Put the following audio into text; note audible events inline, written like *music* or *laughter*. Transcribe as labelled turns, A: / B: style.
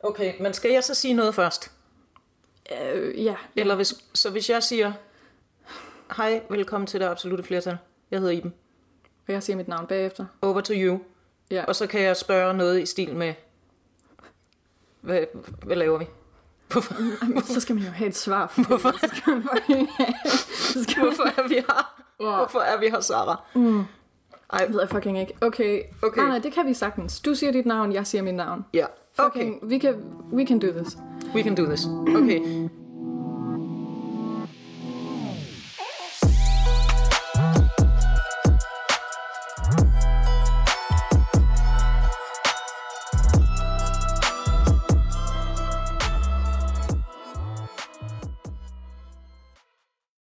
A: Okay, men skal jeg så sige noget først?
B: Øh, ja.
A: Eller hvis, så hvis jeg siger, hej, velkommen til det absolute flertal. Jeg hedder Iben.
B: Og jeg siger mit navn *laughs* bagefter.
A: Over to you.
B: Ja.
A: Og så kan jeg spørge noget i stil med, hvad, hvad laver vi? Hvorfor,
B: Jamen, så skal man jo have et *laughs* svar.
A: Hvorfor?
B: Så skal man, *laughs* så skal man...
A: hvorfor er vi her?
B: Ja.
A: *laughs* Hvorfor er vi her, Sarah?
B: Det ved jeg fucking ikke. Okay.
A: Okay.
B: Nej, nej, det kan vi sagtens. Du siger dit navn, jeg siger mit navn.
A: Ja, okay.
B: Fucking, we can, we can do this.
A: We can do this. Okay.